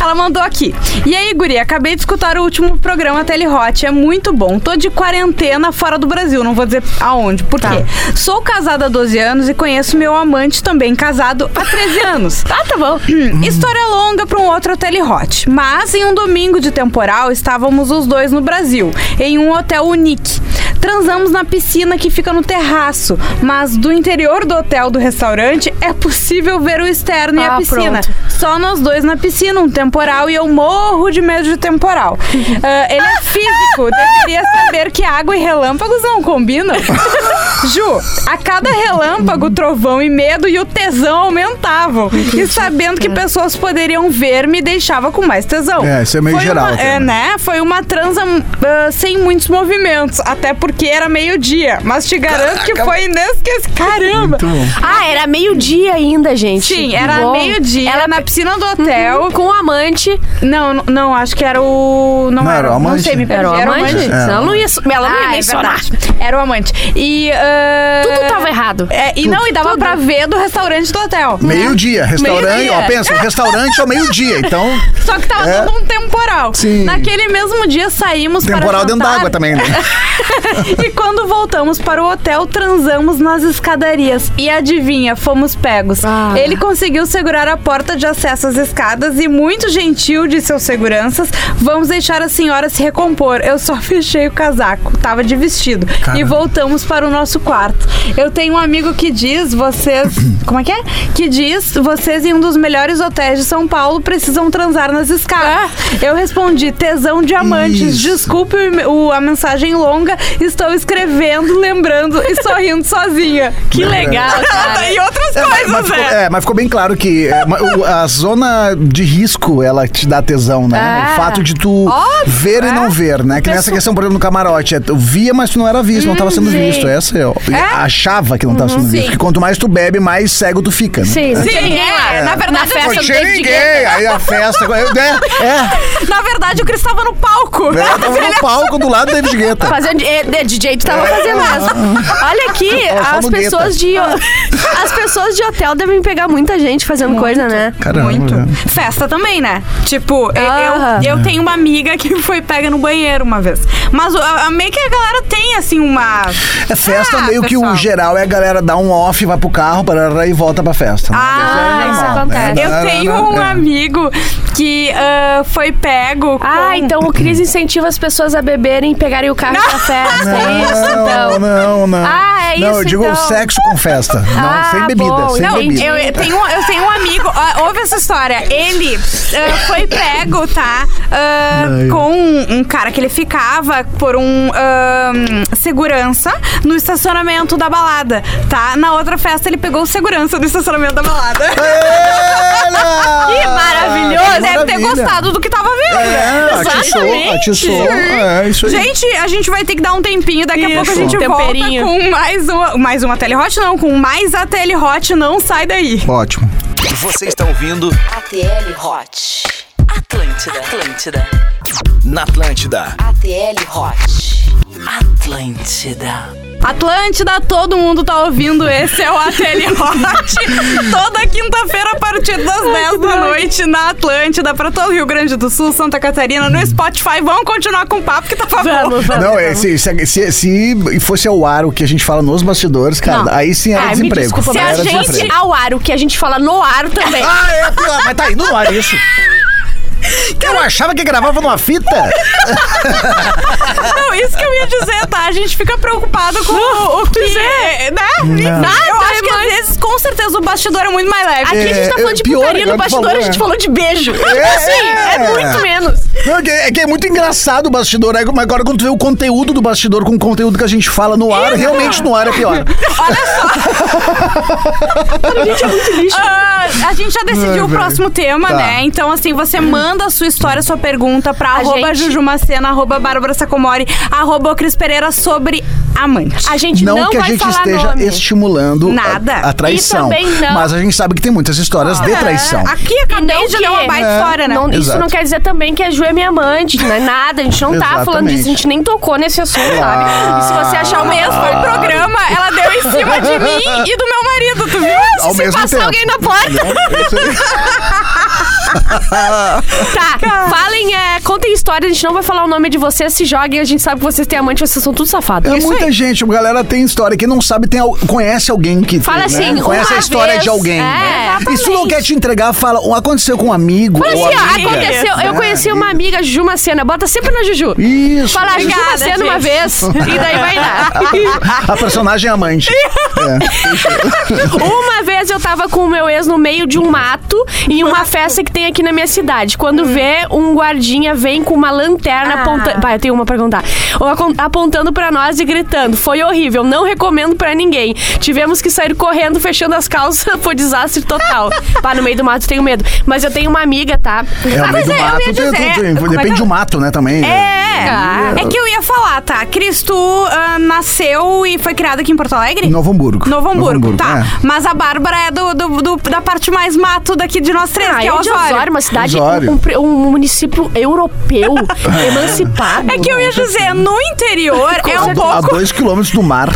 [SPEAKER 3] Ela mandou aqui. E aí, guria, acabei de escutar o último programa Telehot. É muito bom. Tô de quarentena fora do Brasil, não vou dizer aonde. Por
[SPEAKER 5] Tá.
[SPEAKER 3] quê? Sou casada há 12 anos e conheço meu amante também casado há 13 anos.
[SPEAKER 5] Ah, tá bom.
[SPEAKER 3] Hum, História longa para um outro Telehot. Mas em um domingo de temporal estávamos os dois no Brasil, em um hotel unique. Transamos na piscina que fica no terraço, mas do interior do hotel do restaurante é possível ver o externo e a
[SPEAKER 5] Ah,
[SPEAKER 3] piscina.
[SPEAKER 5] pronto.
[SPEAKER 3] Só nós dois na piscina, um temporal e eu morro de medo de temporal. Ah, ele é físico, deveria saber que água e relâmpagos não combinam. Ju, a cada relâmpago, trovão e medo e o tesão aumentavam. E sabendo que pessoas poderiam ver, me deixava com mais tesão.
[SPEAKER 4] É, isso é meio
[SPEAKER 3] Foi
[SPEAKER 4] geral
[SPEAKER 3] uma-
[SPEAKER 4] também.
[SPEAKER 3] é, né? Foi uma transa ah, sem muitos movimentos, até porque era meio-dia. Mas te garanto que foi inesquecível. Caramba!
[SPEAKER 5] Ah, era meio-dia ainda, gente.
[SPEAKER 3] Sim,
[SPEAKER 5] Que
[SPEAKER 3] era
[SPEAKER 5] bom.
[SPEAKER 3] meio-dia. Ela na piscina do
[SPEAKER 4] Uhum.
[SPEAKER 3] hotel.
[SPEAKER 5] Com o amante.
[SPEAKER 3] Não, n- não, acho que era o. Não,
[SPEAKER 4] Não, era o
[SPEAKER 3] Não
[SPEAKER 4] amante.
[SPEAKER 3] sei, me perdi.
[SPEAKER 5] Era o amante. Senão Ela não ia, su- ela não ia
[SPEAKER 3] Ah, é
[SPEAKER 5] mencionar.
[SPEAKER 3] verdade. Era o amante. E. ah,
[SPEAKER 5] Tudo tava errado.
[SPEAKER 3] é, e não, e dava pra ver do restaurante do hotel. Né?
[SPEAKER 4] Meio-dia, restaurante,
[SPEAKER 5] Meio-dia.
[SPEAKER 4] ó, pensa, restaurante ao meio-dia, então...
[SPEAKER 3] Só que tava
[SPEAKER 4] É.
[SPEAKER 3] dando um temporal.
[SPEAKER 4] Sim.
[SPEAKER 3] Naquele mesmo dia saímos para
[SPEAKER 4] Temporal dentro
[SPEAKER 3] jantar
[SPEAKER 4] d'água também, né?
[SPEAKER 3] E quando voltamos para o hotel, transamos nas escadarias. E adivinha, fomos pegos.
[SPEAKER 5] Ah.
[SPEAKER 3] Ele conseguiu segurar a porta de acesso às escadas e, muito gentil de seus seguranças, vamos deixar a senhora se recompor. Eu só fechei o casaco, tava de vestido. E voltamos para o nosso quarto. Eu tenho um amigo que diz, vocês. Como é que é? Que diz, vocês em um dos melhores hotéis de São Paulo precisam transar nas escadas. Eu respondi, tesão diamantes,
[SPEAKER 4] Isso.
[SPEAKER 3] Desculpe o- o- a mensagem longa, estou escrevendo, lembrando e sorrindo sozinha.
[SPEAKER 5] Que legal, cara.
[SPEAKER 3] E outras
[SPEAKER 4] É, mas- mas
[SPEAKER 3] coisas,
[SPEAKER 4] ficou,
[SPEAKER 3] né?
[SPEAKER 4] é, mas ficou bem claro que é, ma- o- a zona de risco, ela te dá tesão, né?
[SPEAKER 5] É. Então
[SPEAKER 4] O fato de tu ver e não ver, né? Que nessa questão, por exemplo, no camarote, é, tu via, mas tu não era visto, não tava sendo
[SPEAKER 5] Hum, sim. É? Uhum,
[SPEAKER 4] visto. Essa é, eu achava que não tava sendo visto. Porque quanto mais tu bebe, mais cego tu fica, né?
[SPEAKER 5] Sim, sim.
[SPEAKER 3] Sim, é. Na
[SPEAKER 5] Na
[SPEAKER 3] verdade,
[SPEAKER 5] festa
[SPEAKER 4] Não
[SPEAKER 5] do
[SPEAKER 4] tinha
[SPEAKER 5] David
[SPEAKER 4] ninguém,
[SPEAKER 5] Guetta.
[SPEAKER 4] aí a festa... É, é,
[SPEAKER 3] na verdade, o Cris estava no palco.
[SPEAKER 4] é eu tava no palco do lado da David Guetta.
[SPEAKER 5] Fazendo eh, de- DJ, tu tava fazendo essa. Olha aqui,
[SPEAKER 4] Ó, só
[SPEAKER 5] as
[SPEAKER 4] no
[SPEAKER 5] pessoas de as pessoas de hotel devem pegar muita gente fazendo coisa, né?
[SPEAKER 4] Caramba. né?
[SPEAKER 3] Festa também, né? Tipo, eu-
[SPEAKER 5] Ah.
[SPEAKER 3] eu, eu tenho uma amiga que foi pega no banheiro uma vez. Mas o- a, a- meio que a galera tem, assim, uma.
[SPEAKER 4] É festa,
[SPEAKER 3] Ah,
[SPEAKER 4] meio que o
[SPEAKER 3] pessoal.
[SPEAKER 4] geral é a galera dar um off, vai pro carro, parará, e volta pra festa. né?
[SPEAKER 3] Ah,
[SPEAKER 4] é
[SPEAKER 5] isso
[SPEAKER 4] normal, né?
[SPEAKER 5] acontece.
[SPEAKER 3] Eu tenho um
[SPEAKER 4] É.
[SPEAKER 3] amigo que ah, foi pego. com-
[SPEAKER 5] Ah, então o Cris incentiva as pessoas a beberem e pegarem o carro pra festa. É isso, então.
[SPEAKER 4] Não, não.
[SPEAKER 5] Ah, é
[SPEAKER 4] não,
[SPEAKER 5] isso,
[SPEAKER 4] eu digo
[SPEAKER 5] então.
[SPEAKER 4] sexo com festa. Não,
[SPEAKER 5] Ah,
[SPEAKER 4] sem bebida.
[SPEAKER 5] bom,
[SPEAKER 4] sem
[SPEAKER 5] não,
[SPEAKER 4] bebida.
[SPEAKER 3] Eu, eu tenho, eu tenho um amigo, ó, ouve essa história. Ele ah, foi pego, tá? ah,
[SPEAKER 4] Ai.
[SPEAKER 3] com um, um cara que ele ficava por um ahn, segurança no estacionamento da balada, tá? Na outra festa ele pegou o segurança do estacionamento da balada.
[SPEAKER 4] Olha!
[SPEAKER 3] Que maravilhoso!
[SPEAKER 4] Ah, Que
[SPEAKER 3] Deve ter
[SPEAKER 4] maravilha.
[SPEAKER 3] gostado do que tava vendo. né?
[SPEAKER 4] É, atiçou, atiçou. É, isso aí.
[SPEAKER 3] Gente, a gente vai ter que dar um tempinho, daqui a
[SPEAKER 5] Isso.
[SPEAKER 3] pouco a gente
[SPEAKER 5] Temperinho.
[SPEAKER 3] volta com mais uma, mais uma telehot, não, com mais a telehot, não sai daí.
[SPEAKER 4] Ótimo.
[SPEAKER 7] Você está ouvindo
[SPEAKER 2] ATL Hot. Atlântida. Atlântida.
[SPEAKER 7] na Atlântida.
[SPEAKER 2] ATL Hot. Atlântida.
[SPEAKER 3] Atlântida, todo mundo tá ouvindo. Esse é o Ateli Hot. Toda quinta-feira, a partir das 10 da noite, na Atlântida, pra todo o Rio Grande do Sul, Santa Catarina, no Spotify. Vamos continuar com o papo que tá famoso.
[SPEAKER 4] Não, é, se, se, se, se fosse ao ar o que a gente fala nos bastidores, cara,
[SPEAKER 5] Não.
[SPEAKER 4] aí sim era
[SPEAKER 5] Ah, me
[SPEAKER 4] desemprego.
[SPEAKER 5] desculpa,
[SPEAKER 4] era
[SPEAKER 5] mas a gente
[SPEAKER 4] desemprego.
[SPEAKER 5] ao ar, o que a gente fala no ar também.
[SPEAKER 4] Ah, é, pior, mas tá aí no ar isso. Eu achava que gravava numa fita.
[SPEAKER 3] Não, isso que eu ia dizer, tá? A gente fica preocupado com o, o que... Né? Eu acho que às vezes, com certeza, o bastidor é muito mais leve.
[SPEAKER 5] Aqui a gente tá
[SPEAKER 4] É,
[SPEAKER 5] falando
[SPEAKER 4] é
[SPEAKER 5] de
[SPEAKER 4] pior,
[SPEAKER 5] putaria, no
[SPEAKER 4] agora tu
[SPEAKER 5] bastidor
[SPEAKER 4] falou,
[SPEAKER 5] a
[SPEAKER 4] né?
[SPEAKER 5] gente falou de beijo.
[SPEAKER 4] É.
[SPEAKER 5] Sim, é muito menos.
[SPEAKER 4] Não, é, que, é que é muito engraçado o bastidor. aí, Mas agora quando tu vê o conteúdo do bastidor com o conteúdo que a gente fala no ar, realmente no ar é pior.
[SPEAKER 3] Ah, a gente já decidiu o
[SPEAKER 4] velho.
[SPEAKER 3] próximo tema,
[SPEAKER 4] É Tá.
[SPEAKER 3] né? Então, assim, você manda a sua história, a sua pergunta pra arroba
[SPEAKER 5] gente-
[SPEAKER 3] Jujumacena, arroba Bárbara Sacomori, arroba Cris Pereira sobre amante.
[SPEAKER 5] A gente não,
[SPEAKER 4] Não, que a
[SPEAKER 5] vai
[SPEAKER 4] gente
[SPEAKER 5] falar
[SPEAKER 4] esteja
[SPEAKER 5] nome.
[SPEAKER 4] estimulando a-
[SPEAKER 3] Nada.
[SPEAKER 4] A, traição.
[SPEAKER 5] E também não-
[SPEAKER 4] Mas a gente sabe que tem muitas histórias de traição.
[SPEAKER 3] É, Aqui
[SPEAKER 5] não
[SPEAKER 3] acabei de
[SPEAKER 5] que-
[SPEAKER 3] ler uma baita
[SPEAKER 4] Então. É,
[SPEAKER 3] história, né?
[SPEAKER 5] Não, isso
[SPEAKER 4] Exato.
[SPEAKER 5] não quer dizer também que a Ju é minha amante, não é nada. A gente não tá falando disso, a gente nem tocou nesse assunto,
[SPEAKER 4] Ah.
[SPEAKER 5] sabe? E se você achar o mesmo,
[SPEAKER 3] O
[SPEAKER 5] foi programa.
[SPEAKER 3] programa, ela deu em cima de mim e do meu marido, tu viu?
[SPEAKER 4] Ao mesmo
[SPEAKER 5] passar
[SPEAKER 4] tempo.
[SPEAKER 5] alguém na porta.
[SPEAKER 4] Não, isso aí.
[SPEAKER 5] Tá, falem, é, contem histórias, a gente não vai falar o nome de vocês, se joguem, a gente sabe que vocês têm amante, vocês são tudo safados.
[SPEAKER 4] É muita gente, a galera tem história. Quem não sabe tem, al- conhece alguém que.
[SPEAKER 5] Fala
[SPEAKER 4] né?
[SPEAKER 5] assim,
[SPEAKER 4] Conhece
[SPEAKER 5] uma
[SPEAKER 4] a história
[SPEAKER 5] vez.
[SPEAKER 4] de alguém.
[SPEAKER 5] É,
[SPEAKER 4] né? E se
[SPEAKER 5] exatamente.
[SPEAKER 4] não quer te entregar, fala. "Oh, Aconteceu com um amigo.
[SPEAKER 5] Fala
[SPEAKER 4] ou
[SPEAKER 5] assim, ó,
[SPEAKER 4] amiga."
[SPEAKER 5] aconteceu, eu
[SPEAKER 4] É,
[SPEAKER 5] conheci uma amiga, Ju Macena, bota sempre na Juju.
[SPEAKER 4] Isso.
[SPEAKER 5] Fala, Ju
[SPEAKER 3] Obrigada,
[SPEAKER 5] Macena uma
[SPEAKER 3] gente.
[SPEAKER 5] vez, e daí vai dar.
[SPEAKER 4] A personagem é amante.
[SPEAKER 5] Uma vez eu tava com o meu ex no meio de um mato em uma festa que tem aqui na minha cidade. Quando
[SPEAKER 3] Hum.
[SPEAKER 5] vê, um guardinha vem com uma lanterna
[SPEAKER 3] Ah.
[SPEAKER 5] apontando. Vai, eu tenho uma pra contar. O acon- Apontando pra nós e gritando. Foi horrível, não recomendo pra ninguém. Tivemos que sair correndo, fechando as calças. Foi desastre total. Pá, no meio do mato tenho medo. Mas eu tenho uma amiga, tá?
[SPEAKER 4] É, o meio
[SPEAKER 3] mas
[SPEAKER 4] do
[SPEAKER 3] é, eu ia
[SPEAKER 4] mato. tem-
[SPEAKER 3] dizer,
[SPEAKER 4] tem- tem-
[SPEAKER 3] como é que
[SPEAKER 4] depende
[SPEAKER 3] é?
[SPEAKER 4] do mato, né, também.
[SPEAKER 3] É, é que eu ia falar, tá? Cris, tu ah, nasceu e foi criada aqui em Porto Alegre?
[SPEAKER 4] Em Novo Hamburgo.
[SPEAKER 3] é, Novo Hamburgo, tá.
[SPEAKER 4] é.
[SPEAKER 3] Mas a Bárbara é do, do- do- da parte mais mato daqui de nós três,
[SPEAKER 5] Ah,
[SPEAKER 3] que é
[SPEAKER 5] eu de
[SPEAKER 3] Osório.
[SPEAKER 5] Osório, uma cidade,
[SPEAKER 4] Osório.
[SPEAKER 5] um, pre- um município europeu, emancipado.
[SPEAKER 3] É que eu ia dizer, no interior é um,
[SPEAKER 4] A
[SPEAKER 3] pouco,
[SPEAKER 4] dois quilômetros do mar.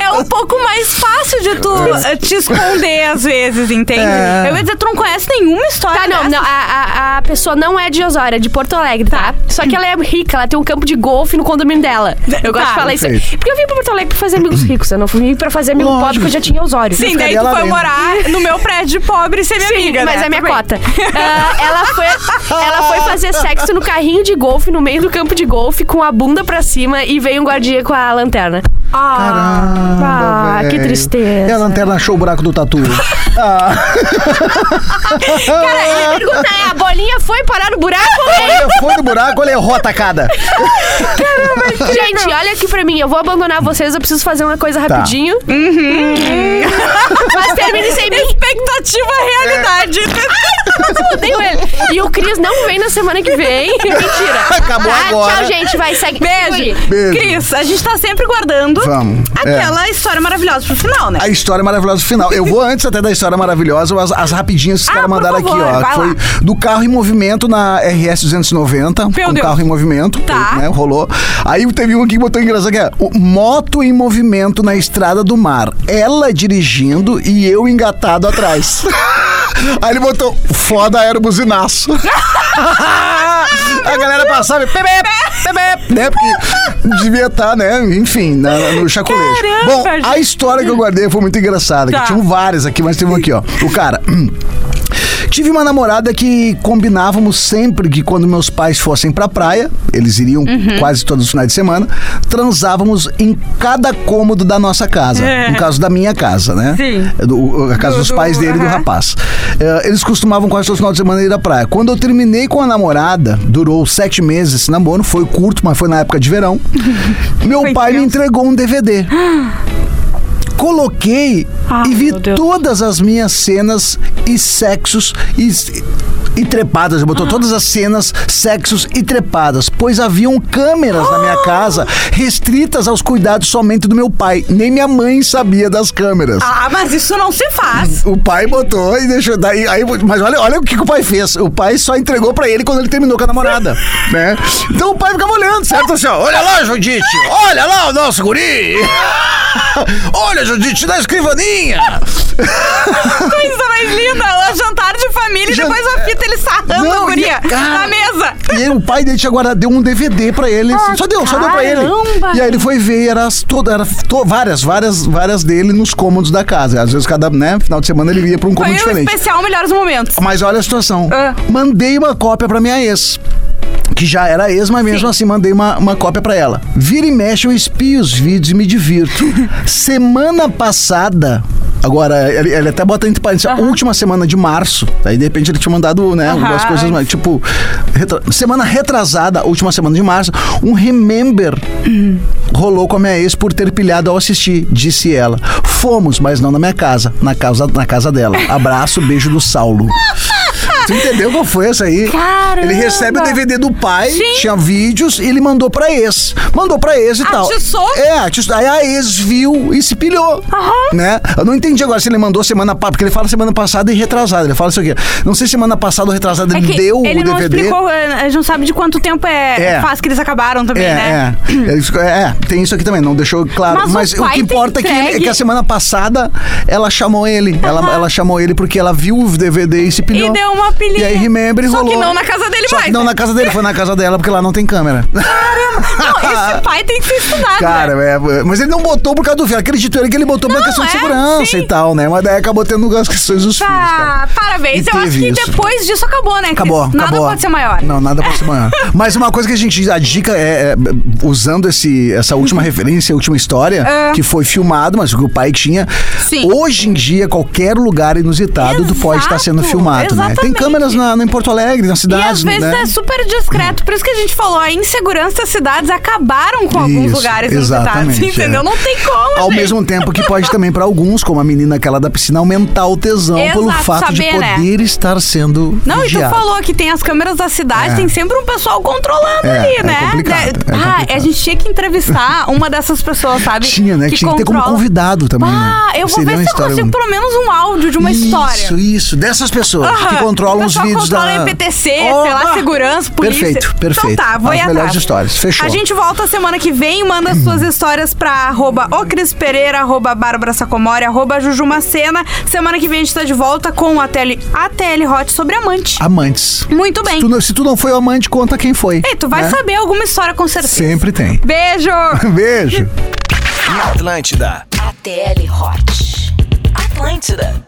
[SPEAKER 3] é um pouco mais fácil de tu eh, te esconder às vezes, entende?
[SPEAKER 4] É.
[SPEAKER 3] Eu ia dizer, tu não conhece nenhuma história
[SPEAKER 5] Tá, não,
[SPEAKER 3] dessa?
[SPEAKER 5] não, a, a, a pessoa não é de Osório, é de Porto Alegre, tá? Só que ela é rica, ela tem um campo de golfe no condomínio dela. Eu gosto
[SPEAKER 3] Tá.
[SPEAKER 5] de falar isso. aí.
[SPEAKER 4] Perfeito.
[SPEAKER 5] Porque eu vim pra Porto Alegre pra fazer amigos ricos, eu não fui pra fazer amigo
[SPEAKER 4] Lógico.
[SPEAKER 5] pobre porque eu já tinha Osório.
[SPEAKER 3] Sim, daí
[SPEAKER 4] ficaria
[SPEAKER 3] tu
[SPEAKER 4] lá
[SPEAKER 3] foi
[SPEAKER 4] dentro.
[SPEAKER 3] morar no meu prédio de pobre e ser minha
[SPEAKER 5] Sim,
[SPEAKER 3] amiga,
[SPEAKER 5] mas
[SPEAKER 3] né?
[SPEAKER 5] é minha
[SPEAKER 3] Também.
[SPEAKER 5] cota. Ah, ela, foi, ela foi fazer sexo no carrinho de golfe, no meio do campo de golfe, com a bunda pra cima e veio um guardinha com a lanterna.
[SPEAKER 3] Ah,
[SPEAKER 5] Ah,
[SPEAKER 4] Véi.
[SPEAKER 5] que tristeza.
[SPEAKER 4] E a lanterna achou o buraco do tatu.
[SPEAKER 5] Cara, e a pergunta é: a bolinha foi parar no buraco?
[SPEAKER 4] Olha, foi no buraco, olha, errou a tacada. Tá.
[SPEAKER 5] Gente, olha aqui pra mim, eu vou abandonar vocês, eu preciso fazer uma coisa
[SPEAKER 4] Tá. Uhum.
[SPEAKER 5] rapidinho. Mas termine sem mim.
[SPEAKER 3] expectativa realidade.
[SPEAKER 4] É.
[SPEAKER 5] Odeio ele. E o Cris não vem na semana que vem. Mentira.
[SPEAKER 4] Acabou
[SPEAKER 5] Ah,
[SPEAKER 4] agora.
[SPEAKER 5] Tchau, gente. Vai, segue.
[SPEAKER 3] Beijo.
[SPEAKER 4] Beijo.
[SPEAKER 3] Cris, a gente tá sempre guardando
[SPEAKER 4] Vamos, é.
[SPEAKER 3] aquela história maravilhosa pro final, né?
[SPEAKER 4] A história maravilhosa do final. Eu vou antes até da história maravilhosa, as, as rapidinhas que os
[SPEAKER 3] Ah,
[SPEAKER 4] caras
[SPEAKER 3] por
[SPEAKER 4] mandaram
[SPEAKER 3] favor,
[SPEAKER 4] aqui, ó.
[SPEAKER 3] vai
[SPEAKER 4] que Foi
[SPEAKER 3] lá.
[SPEAKER 4] do carro em movimento na RS 290.
[SPEAKER 3] Meu
[SPEAKER 4] um
[SPEAKER 3] Deus.
[SPEAKER 4] carro em movimento.
[SPEAKER 3] Tá.
[SPEAKER 4] né, rolou. Aí teve um aqui que botou engraçado que é o- moto em movimento na estrada do mar. Ela dirigindo e eu engatado atrás. Aí ele botou foda aerobuzinaço. A galera passava e bebê, bebê, né? Porque devia estar, né? Enfim, na- no chacolejo.
[SPEAKER 3] Caramba,
[SPEAKER 4] Bom,
[SPEAKER 3] gente.
[SPEAKER 4] a história que eu guardei foi muito engraçada.
[SPEAKER 3] Tá.
[SPEAKER 4] Que tinham várias aqui, mas teve uma aqui, ó. O cara. hum, Tive uma namorada que combinávamos sempre que quando meus pais fossem pra praia, eles iriam
[SPEAKER 3] Uhum.
[SPEAKER 4] quase todos os finais de semana, transávamos em cada cômodo da nossa casa. No caso da minha casa, né?
[SPEAKER 3] É. Sim.
[SPEAKER 4] Do- a casa
[SPEAKER 3] Do-
[SPEAKER 4] dos
[SPEAKER 3] do-
[SPEAKER 4] pais dele e do
[SPEAKER 3] aham.
[SPEAKER 4] rapaz. Eh, eles costumavam quase todos os finais de semana ir à praia. Quando eu terminei com a namorada, durou sete meses esse namoro, foi curto, mas foi na época de verão. Meu
[SPEAKER 3] Foi
[SPEAKER 4] pai me
[SPEAKER 3] intenso.
[SPEAKER 4] entregou um DVD coloquei
[SPEAKER 3] Ah,
[SPEAKER 4] e vi
[SPEAKER 3] meu Deus.
[SPEAKER 4] todas as minhas cenas e sexos e s- e trepadas. Ele botou todas as cenas, sexos e trepadas, pois haviam câmeras na
[SPEAKER 3] Ah!
[SPEAKER 4] minha casa restritas aos cuidados somente do meu pai. Nem minha mãe sabia das câmeras.
[SPEAKER 3] Ah, mas isso não se faz.
[SPEAKER 4] O pai botou e deixou. Daí, aí, mas olha, olha o que, que o pai fez. O pai só entregou pra ele quando ele terminou com a namorada. né? Então o pai ficava olhando, certo? Assim, ó, olha lá, Judite! Olha lá o nosso guri! olha, Judite, da escrivaninha!
[SPEAKER 3] Coisa mais linda. é O jantar de família
[SPEAKER 4] Jan-
[SPEAKER 3] e depois a fita ele sarrando
[SPEAKER 4] Não,
[SPEAKER 3] a guria
[SPEAKER 4] e- cara-
[SPEAKER 3] na mesa.
[SPEAKER 4] E aí o pai dele tinha guardado, deu um DVD pra ele. assim, só deu, só deu pra ele.
[SPEAKER 5] caramba!
[SPEAKER 4] E aí ele foi ver, e era, as- toda, era to- várias, várias, várias dele nos cômodos da casa. Às vezes, cada né, final de semana ele ia pra um
[SPEAKER 3] Foi
[SPEAKER 4] cômodo
[SPEAKER 3] um
[SPEAKER 4] diferente.
[SPEAKER 3] especial Melhores Momentos.
[SPEAKER 4] Mas olha a situação.
[SPEAKER 3] Ah.
[SPEAKER 4] Mandei uma cópia pra minha ex. Que já era ex, mas mesmo assim mandei uma, uma cópia pra ela. Vira e mexe, eu espio os vídeos e me divirto. semana passada. Agora, ele, ele até bota entre parênteses, a última semana de março. Aí, de repente, ele tinha mandado, né, algumas coisas, mais, tipo, retra- semana retrasada, última semana de março, um remember rolou com a minha ex por ter pilhado ao assistir, disse ela. Fomos, mas não na minha casa, na casa, na casa dela. Abraço, beijo do Saulo. Tu entendeu qual foi essa aí? Ele recebe o DVD do pai, tinha vídeos, e ele mandou pra ex. Mandou pra ex e tal.
[SPEAKER 3] Atiçou?
[SPEAKER 4] É, atiçou. Aí a ex viu e se pilhou. Né? Eu não entendi agora se ele mandou semana passada, porque ele fala semana passada e retrasada. Ele fala isso aqui. Não sei se semana passada ou retrasada ele
[SPEAKER 3] É que
[SPEAKER 4] deu
[SPEAKER 3] ele
[SPEAKER 4] o
[SPEAKER 3] não
[SPEAKER 4] DVD.
[SPEAKER 3] explicou, eh, a gente não sabe de quanto tempo é,
[SPEAKER 4] É.
[SPEAKER 3] faz que eles acabaram também,
[SPEAKER 4] É,
[SPEAKER 3] né?
[SPEAKER 4] é. Ele ficou- é, tem isso aqui também, não deixou claro.
[SPEAKER 3] Mas o
[SPEAKER 4] Mas, o,
[SPEAKER 3] pai
[SPEAKER 4] que importa é que,
[SPEAKER 3] entregue-
[SPEAKER 4] ele- que a semana passada ela chamou ele. Ela, ela chamou ele porque ela viu o DVD e se pilhou.
[SPEAKER 3] E deu uma pilhinha.
[SPEAKER 4] E aí remember e
[SPEAKER 3] Só
[SPEAKER 4] rolou.
[SPEAKER 3] que não na casa dele
[SPEAKER 4] Só que
[SPEAKER 3] mais,
[SPEAKER 4] não
[SPEAKER 3] né?
[SPEAKER 4] na casa dele, foi na casa dela porque lá não tem câmera.
[SPEAKER 3] Não, esse pai tem que ser estudado.
[SPEAKER 4] Cara,
[SPEAKER 3] né?
[SPEAKER 4] é, mas ele não botou por causa do filho. Acredito ele que ele botou por
[SPEAKER 3] Não,
[SPEAKER 4] questão de
[SPEAKER 3] é,
[SPEAKER 4] segurança
[SPEAKER 3] sim.
[SPEAKER 4] e tal, né? Mas daí acabou tendo as questões dos filhos, cara.
[SPEAKER 3] Tá, parabéns.
[SPEAKER 4] E
[SPEAKER 3] Eu acho
[SPEAKER 4] teve
[SPEAKER 3] que
[SPEAKER 4] isso.
[SPEAKER 3] depois disso acabou, né? Cris?
[SPEAKER 4] Acabou,
[SPEAKER 3] Nada
[SPEAKER 4] acabou.
[SPEAKER 3] pode ser maior.
[SPEAKER 4] Não, nada pode ser maior. Mas uma coisa que a gente, a dica é, é, usando esse, essa última referência, a última história,
[SPEAKER 3] Uhum. É.
[SPEAKER 4] que foi filmado, mas que o pai tinha.
[SPEAKER 3] Sim.
[SPEAKER 4] Hoje em dia, qualquer lugar inusitado tu pode estar sendo
[SPEAKER 3] Exato,
[SPEAKER 4] filmado, né? Tem
[SPEAKER 3] exatamente.
[SPEAKER 4] câmeras na, na- em Porto Alegre, na
[SPEAKER 3] E
[SPEAKER 4] cidade,
[SPEAKER 3] às vezes
[SPEAKER 4] né?
[SPEAKER 3] é super discreto. Por isso que a gente falou, a insegurança das cidades acabaram com alguns
[SPEAKER 4] Isso,
[SPEAKER 3] lugares inusitados,
[SPEAKER 4] exatamente,
[SPEAKER 3] entendeu?
[SPEAKER 4] é.
[SPEAKER 3] Não tem como,
[SPEAKER 4] Ao
[SPEAKER 3] gente.
[SPEAKER 4] mesmo tempo que pode também pra alguns, como a menina aquela da piscina, aumentar o tesão pelo
[SPEAKER 3] Exato,
[SPEAKER 4] fato de
[SPEAKER 3] saber, né?
[SPEAKER 4] poder estar sendo
[SPEAKER 3] Não, e tu
[SPEAKER 4] vigiado.
[SPEAKER 3] falou que tem as câmeras da cidade,
[SPEAKER 4] É.
[SPEAKER 3] tem sempre um pessoal controlando
[SPEAKER 4] É,
[SPEAKER 3] ali,
[SPEAKER 4] é
[SPEAKER 3] né?
[SPEAKER 4] complicado,
[SPEAKER 3] De-
[SPEAKER 4] é
[SPEAKER 3] ah,
[SPEAKER 4] complicado.
[SPEAKER 3] a gente tinha que entrevistar uma dessas pessoas, sabe?
[SPEAKER 4] Tinha, né? Que tinha que ter como
[SPEAKER 3] controla.
[SPEAKER 4] convidado também, né?
[SPEAKER 3] Ah, eu vou
[SPEAKER 4] Seria
[SPEAKER 3] ver
[SPEAKER 4] uma
[SPEAKER 3] se eu
[SPEAKER 4] história
[SPEAKER 3] consigo
[SPEAKER 4] muito-
[SPEAKER 3] pelo menos um áudio de uma história.
[SPEAKER 4] Isso, isso. Dessas pessoas que
[SPEAKER 3] Aham.
[SPEAKER 4] controlam
[SPEAKER 3] O
[SPEAKER 4] os
[SPEAKER 3] pessoal
[SPEAKER 4] vídeos
[SPEAKER 3] controla
[SPEAKER 4] da...
[SPEAKER 3] MPTC, sei lá,
[SPEAKER 4] Oba!
[SPEAKER 3] segurança, polícia.
[SPEAKER 4] Perfeito, perfeito.
[SPEAKER 3] Então tá, vou
[SPEAKER 4] As
[SPEAKER 3] ir
[SPEAKER 4] melhores
[SPEAKER 3] atrás.
[SPEAKER 4] histórias, fechou.
[SPEAKER 3] A gente volta semana que vem, manda suas histórias pra arroba o Cris Pereira, arroba Bárbara Sacomori, arroba Jujumacena. Semana que vem a gente tá de volta com a TL, a TL Hot sobre amante.
[SPEAKER 4] Amantes.
[SPEAKER 3] Muito bem.
[SPEAKER 4] Tu não- se tu não foi o amante, conta quem foi.
[SPEAKER 3] Ei, tu vai
[SPEAKER 4] né?
[SPEAKER 3] saber alguma história com certeza.
[SPEAKER 4] Sempre tem.
[SPEAKER 3] Beijo!
[SPEAKER 4] Beijo.
[SPEAKER 7] Na Atlântida.
[SPEAKER 2] ATL Hot. Atlântida.